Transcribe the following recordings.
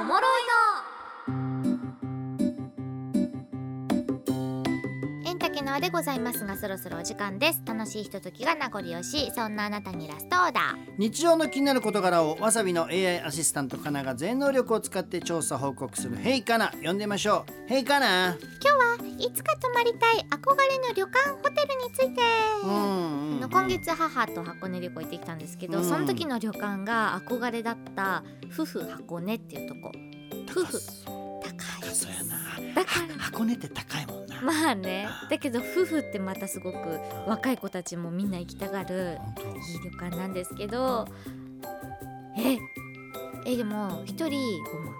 おもろいのエンタケナでございますがそろそろお時間です楽しいひとときが名残惜しいそんなあなたにラストオーダー日常の気になる事柄をわさびの AI アシスタントかなが全能力を使って調査報告する「ヘイかな」呼んでみましょう「ヘイかな」いつか泊まりたい憧れの旅館ホテルについて、うんうんうんの今月母と箱根旅行行ってきたんですけど、うんその時の旅館が憧れだった夫婦箱根っていうとこ夫婦高い高そうやなだか箱根って高いもんな、ら まあねだけど夫婦ってまたすごく若い子たちもみんな行きたがる本当いい旅館なんですけどええでも一人5万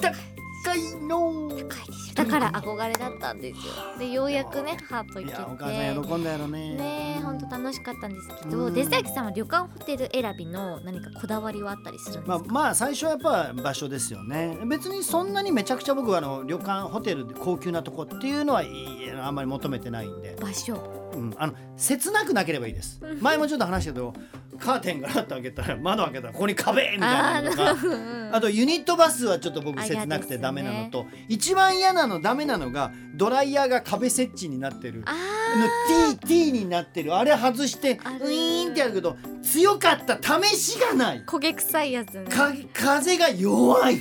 高いのー高いでしょだから憧れだったんですよでようやくね母と行いけてやお母さん喜んだやろねねえ、本当楽しかったんですけど、うんデスタキさんは旅館ホテル選びの何かこだわりはあったりするんですまかあ、。まあ最初はやっぱ場所ですよね別にそんなにめちゃくちゃ僕はあの旅館ホテルで高級なとこっていうのはいいあんまり求めてないんで、場所。うん、あの切なくなければいいです前もちょっと話したけどカーテンガラッと開けたら窓開けたらここに壁みたいなのとかーあとユニットバスはちょっと僕あ切なくてダメなのと、一番嫌なのダメなのがドライヤーが壁設置になってるあの T, T になってるあれ外してウあるィーンってやるけど強かった試しがなー、い焦げ臭いやつね。か風が 弱い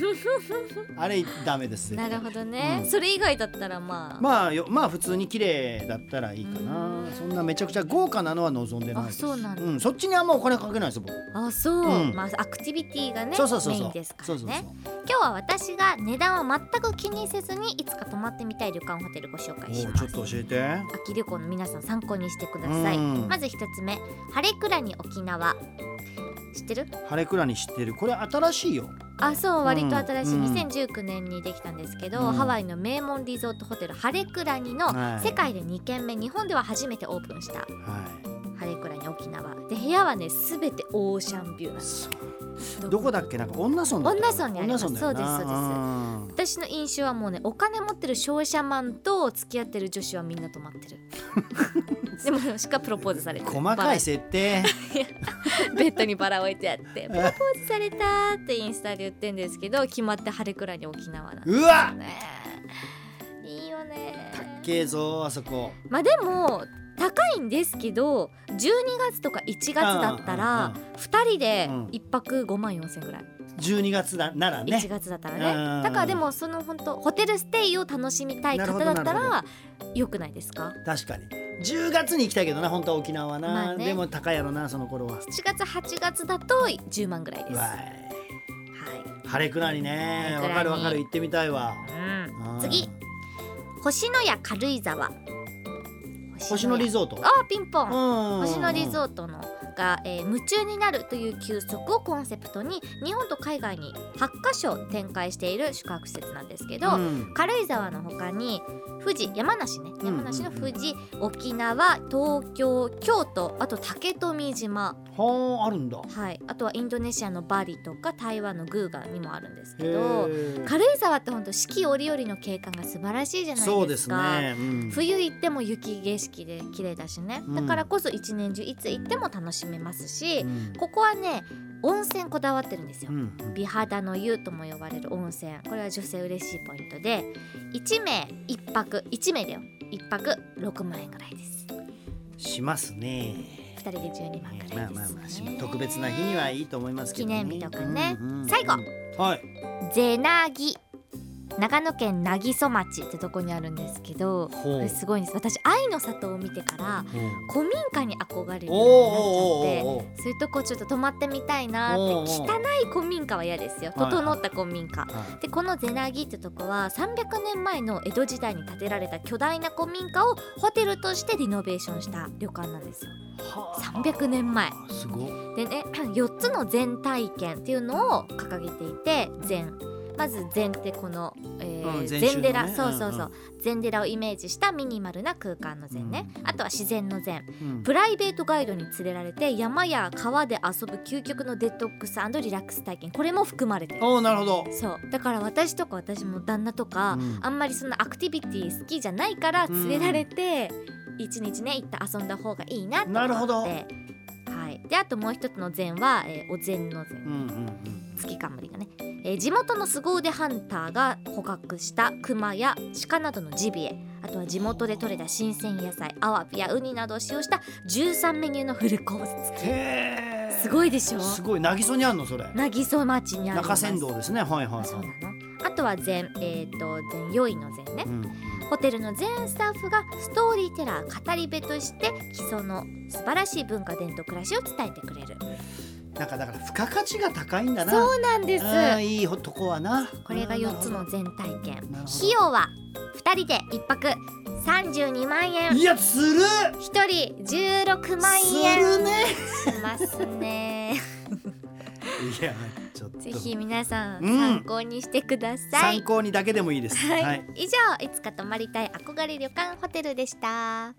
あれダメですなるほどね、うんそれ以外だったらまあ。まあよまあ普通に綺麗だったらいいかなうんそんなめちゃくちゃ豪華なのは望んでないあ、ですそうなんだ。うん、そっちにあんまお金かけないですよ僕、あ、そう、うんまあアクティビティがねそうそうそうそうメインですからねそうそうそう今日は私が値段を全く気にせずにいつか泊まってみたい旅館ホテルご紹介しおうます。ちょっと教えて秋旅行の皆さん参考にしてください。うんまず一つ目、晴れ倉に沖縄。知ってる？ハレクラに知ってるこれ新しいよあそう割と新しい、うん2019年にできたんですけど、うんハワイの名門リゾートホテルハレクラニのはい世界で2軒目日本では初めてオープンしたはハレクラニ沖縄で部屋はねすべてオーシャンビューなんいですそうどこだっけなんか女村だった恩納村にあります恩納村だよなそうですそうですう私のん印象はもうねお金持ってる商社マンと付き合ってる女子はみんな泊まって るでもしかプロポーズされてる細かい設定ベッドにバラ置いてあって「プロポーズされた」ってインスタで言ってんですけど決まってハレクラニ沖縄なんですうわねいいよねたっ けえぞあそこまあでも高いんですけど12月とか1月だったらうん2人でうん1泊5万4千ぐらい、 12月だならね1月だったらうねんだからでもその本当ホテルステイを楽しみたいなる方ほどだったなら良くないですか確かに10月に行きたいけどな本当は沖縄はな、まあねでも高いやろなその頃は7月8月だと10万ぐらいでうす、わはいい晴れくなりね晴れくらわりかるわかる行ってみたいわうん、うん次星のや軽井沢星野リゾゾートあーピンポンうん星野リゾートのが、えー夢中になるという休息をコンセプトに日本と海外に8カ所展開している宿泊施設なんですけど、うん軽井沢の他に富士山梨ねん山梨の富士、沖縄東京京都あと竹富島、はああるんだはい、あとはインドネシアのバリとか台湾のグーガンにもあるんですへけどー軽井沢ってほんと四季折々の景観が素晴らしいじゃないですか。そうですね、うん、冬行っても雪景色で綺麗だしね、うんだからこそ一年中いつ行っても楽しめますし、うんここはね温泉こだわってるんですよ、うん美肌の湯とも呼ばれる温泉これは女性嬉しいポイントで1名1泊1名だよ1泊6万円ぐらいですしますね2人で12万ぐまらいあでまあまあすしね特別な日にはいいと思いますけど、ね、記念日とかね最後はいゼナギ長野県南木曽町ってとこにあるんですけどほうこれすごいんです私愛の里を見てからうん古民家に憧れるよおうになっちゃってーおーおーおーそういうとこちょっと泊まってみたいなっておうおう汚い古民家は嫌ですよはいはい整った古民家、はでこのゼナギってとこは300年前の江戸時代に建てられた巨大な古民家をホテルとしてリノベーションした旅館なんですよはあ300年前すごっでね 4つの禅体験っていうのを掲げていて禅まず禅ってこの、えーうん禅禅宗のね寺、うんうんそうそうそう禅寺をイメージしたミニマルな空間の禅ね、うんあとは自然の禅うんプライベートガイドに連れられて山や川で遊ぶ究極のデトックスリラックス体験これも含まれてるおおなるほどそうだから私とか私も旦那とか、うんあんまりそのアクティビティ好きじゃないから連れられて、一日ね行った遊んだ方がいいなと思ってなるほどはい、であともう一つの禅は、えーお禅の禅、うんうんうん月月冠がね、えー地元の凄腕ハンターが捕獲した熊や鹿などのジビエあとは地元で採れた新鮮野菜アワビやウニなどを使用した13メニューのフルコース付きへーすごいでしょすごい渚にあんのそれ渚町にありま中す山道ですねはいはいそうは、ないのあとは全えっ、と全良いの全ねうん、ホテルの全スタッフがストーリーテラー語り部として基礎の素晴らしい文化伝統暮らしを伝えてくれるなんかだから付加価値が高いんだなそうなんであーすいいとこはなこれがうん4つの全体験ほど費用は2人で1泊32万円いやつる1人16万す円る ねしますねいやちょっと ぜひ皆さんうん参考にしてください、参考にだけでもいいですはい、以上いつか泊まりたい憧れ旅館ホテルでした